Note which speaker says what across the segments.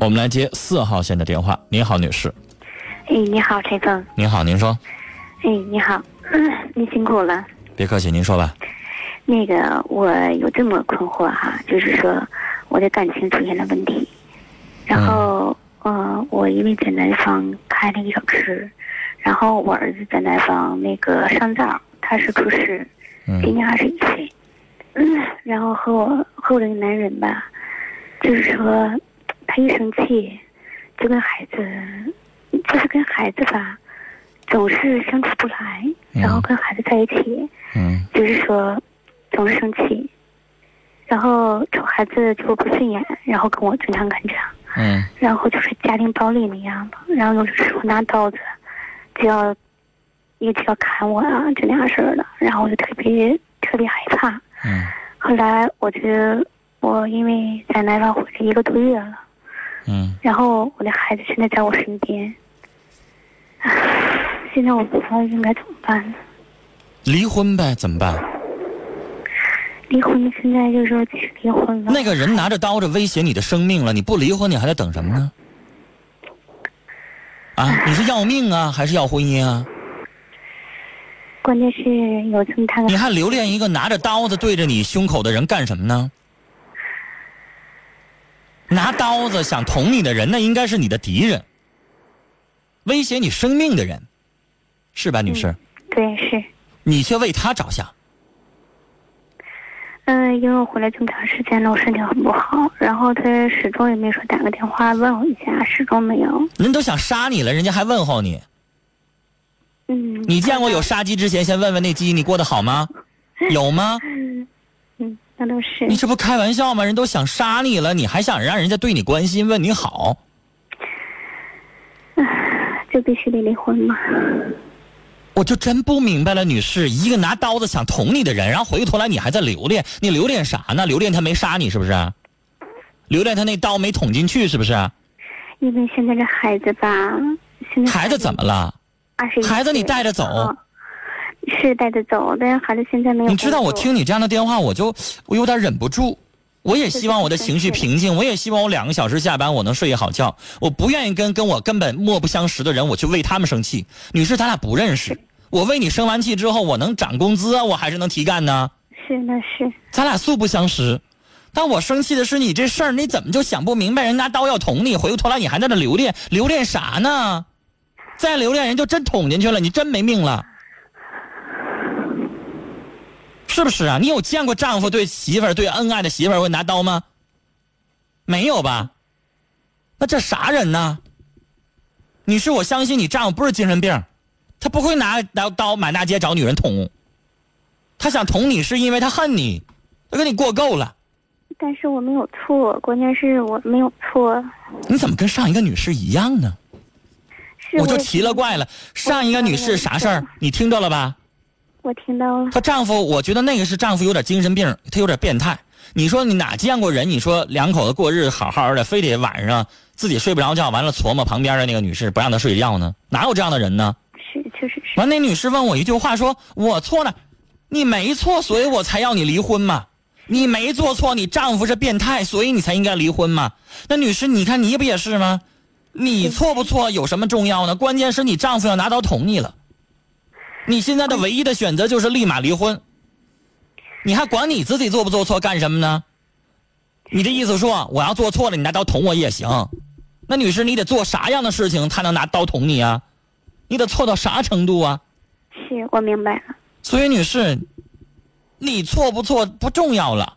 Speaker 1: 我们来接四号线的电话。您好，女士。
Speaker 2: 哎，你好，陈峰。
Speaker 1: 您好，您说。
Speaker 2: 哎，你好， 您辛苦了。
Speaker 1: 别客气，您说吧。
Speaker 2: 那个，我有这么困惑哈、就是说我的感情出现了问题，然后、呃，我因为在南方开了一个小吃，然后我儿子在南方那个上灶，他是厨师，今
Speaker 1: 嗯
Speaker 2: 年二十一岁，嗯，然后和我和我这个男人吧，就是说他一生气，就跟孩子，就是跟孩子吧，总是相处不来，然后
Speaker 1: 嗯
Speaker 2: 跟孩子在一起，
Speaker 1: 嗯
Speaker 2: 就是说总是生气，然后瞅孩子就不顺眼，然后跟我经常干仗，
Speaker 1: 嗯
Speaker 2: 然后就是家庭暴力那样的，然后有时候拿刀子，就要，一直要砍我啊，就那样式儿的，然后我就特别特别害怕。
Speaker 1: 嗯
Speaker 2: 后来我就我因为在南方回来一个多月了，
Speaker 1: 嗯
Speaker 2: 然后我的孩子现在在我身边，唉现在我不知道应该怎么办呢。
Speaker 1: 离婚呗，怎么办？
Speaker 2: 离婚现在就是说去离婚了，
Speaker 1: 那个人拿着刀子威胁你的生命了，你不离婚，你还在等什么呢？啊，你是要命啊，还是要婚姻啊？
Speaker 2: 关键是有这么大个
Speaker 1: 你还留恋一个拿着刀子对着你胸口的人干什么呢？拿刀子想捅你的人，那应该是你的敌人，威胁你生命的人，是吧，女士？
Speaker 2: 对是，
Speaker 1: 你却为他着想，
Speaker 2: 嗯、因为我回来这么长时间了，我身体很不好，然后他始终也没说打个电话问我一下，始终没有。
Speaker 1: 人都想杀你了，人家还问候你。
Speaker 2: 嗯，
Speaker 1: 你见过有杀鸡之前先问问那鸡你过得好吗？有吗？
Speaker 2: 嗯，那倒是
Speaker 1: 你这不开玩笑吗？人都想杀你了，你还想让人家对你关心问你好？
Speaker 2: 就必须得离婚嘛。
Speaker 1: 我就真不明白了，女士，一个拿刀子想捅你的人，然后回过头来你还在留恋，你留恋啥呢？留恋他没杀你是不是？留恋他那刀没捅进去是不是？
Speaker 2: 因为现在这孩子吧，现在
Speaker 1: 孩子怎么了？
Speaker 2: 二十一，
Speaker 1: 孩子你带着走
Speaker 2: 嗯是带着走，但是孩子现在没有。
Speaker 1: 你知道我，听你这样的电话，我就我有点忍不住。我也希望我的情绪平静，我也希望我两个小时下班我能睡一好觉。我不愿意跟跟我根本莫不相识的人，我去为他们生气。女士，咱俩不认识，我为你生完气之后，我能涨工资啊，我还是能提干呢。
Speaker 2: 是那是，
Speaker 1: 咱俩素不相识，但我生气的是你这事儿，你怎么就想不明白？人拿刀要捅你，回过头来你还在那留恋，留恋啥呢？再留恋人就真捅进去了，你真没命了，是不是啊？你有见过丈夫对媳妇儿、对恩爱的媳妇儿会拿刀吗？没有吧？那这啥人呢？女士，我相信你丈夫不是精神病，他不会拿拿刀满大街找女人捅。他想捅你是因为他恨你，他跟你过够了。
Speaker 2: 但是我没有错，关键是我没有错。
Speaker 1: 你怎么跟上一个女士一样呢？
Speaker 2: 是
Speaker 1: 我就
Speaker 2: 也
Speaker 1: 奇了怪了，上一个女士啥事儿你听着了吧？
Speaker 2: 我听到了，
Speaker 1: 她丈夫，我觉得那个是丈夫有点精神病，他有点变态。你说你哪见过人？你说两口子过日子好好的，非得晚上自己睡不着觉，完了琢磨旁边的那个女士不让她睡觉呢？哪有这样的人呢？
Speaker 2: 是确实是，
Speaker 1: 完，那女士问我一句话说，我错了，你没错，所以我才要你离婚嘛。你没做错，你丈夫是变态，所以你才应该离婚嘛。那女士，你看你不也是吗？你错不错有什么重要呢？关键是你丈夫要拿刀捅你了，你现在的唯一的选择就是立马离婚。你还管你自己做不做错干什么呢？你的意思说我要做错了，你拿刀捅我也行？那女士，你得做啥样的事情，他能拿刀捅你啊？你得错到啥程度啊？
Speaker 2: 是我明白了，
Speaker 1: 所以，女士，你错不错不重要了，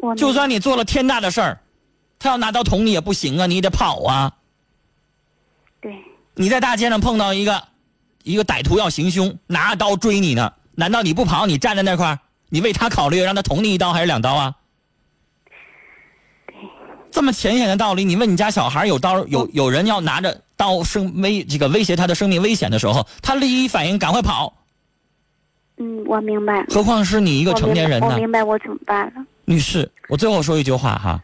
Speaker 2: 我明
Speaker 1: 就算你做了天大的事儿，他要拿刀捅你也不行啊，你得跑啊！
Speaker 2: 对，
Speaker 1: 你在大街上碰到一个一个歹徒要行凶，拿着刀追你呢，难道你不跑？你站在那块儿，你为他考虑，让他捅你一刀还是两刀啊？这么浅显的道理，你问你家小孩儿有刀有有人要拿着刀生威这个威胁他的生命危险的时候，他第一反应赶快跑，
Speaker 2: 嗯，我明白了。
Speaker 1: 何况是你一个
Speaker 2: 我
Speaker 1: 成
Speaker 2: 明
Speaker 1: 年
Speaker 2: 白
Speaker 1: 人
Speaker 2: 我
Speaker 1: 呢？
Speaker 2: 明白我怎么办了。
Speaker 1: 女士，我最后说一句话哈，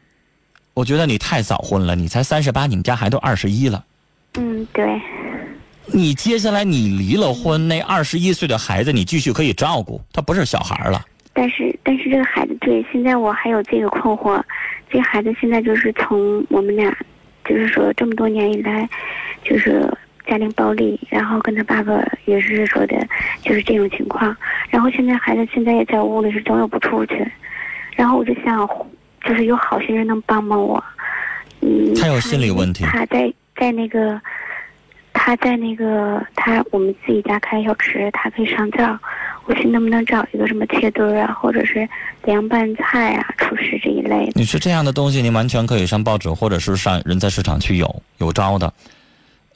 Speaker 1: 我觉得你太早婚了，你才三十八，你们家孩子都二十一了。
Speaker 2: 嗯，对，
Speaker 1: 你接下来你离了婚，那二十一岁的孩子你继续可以照顾，他不是小孩了。
Speaker 2: 但是但是这个孩子，对，现在我还有这个困惑，这个孩子现在就是从我们俩就是说这么多年以来，就是家庭暴力，然后跟他爸爸也是说的，就是这种情况。然后现在孩子现在也在屋里是总也不出去，然后我就想，就是有好心人能帮帮我。嗯，
Speaker 1: 他有心理问题
Speaker 2: 他在在那个，他在那个他我们自己家开小吃，他可以上灶。我去能不能找一个什么切墩儿啊，或者是凉拌菜啊、厨师这一类的？
Speaker 1: 你是这样的东西，您完全可以上报纸或者是上人才市场去有有招的。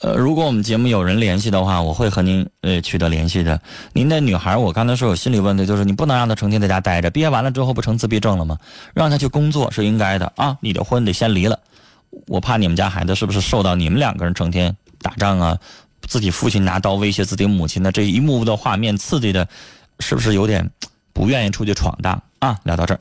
Speaker 1: 呃，如果我们节目有人联系的话，我会和您呃取得联系的。您的女孩，我刚才说有心理问题，就是你不能让她成天在家待着，毕业完了之后不成自闭症了吗？让她去工作是应该的啊。你的婚得先离了，我怕你们家孩子是不是受到你们两个人成天打仗啊，自己父亲拿刀威胁自己母亲的这一幕幕的画面刺激的，是不是有点不愿意出去闯荡啊？聊到这儿。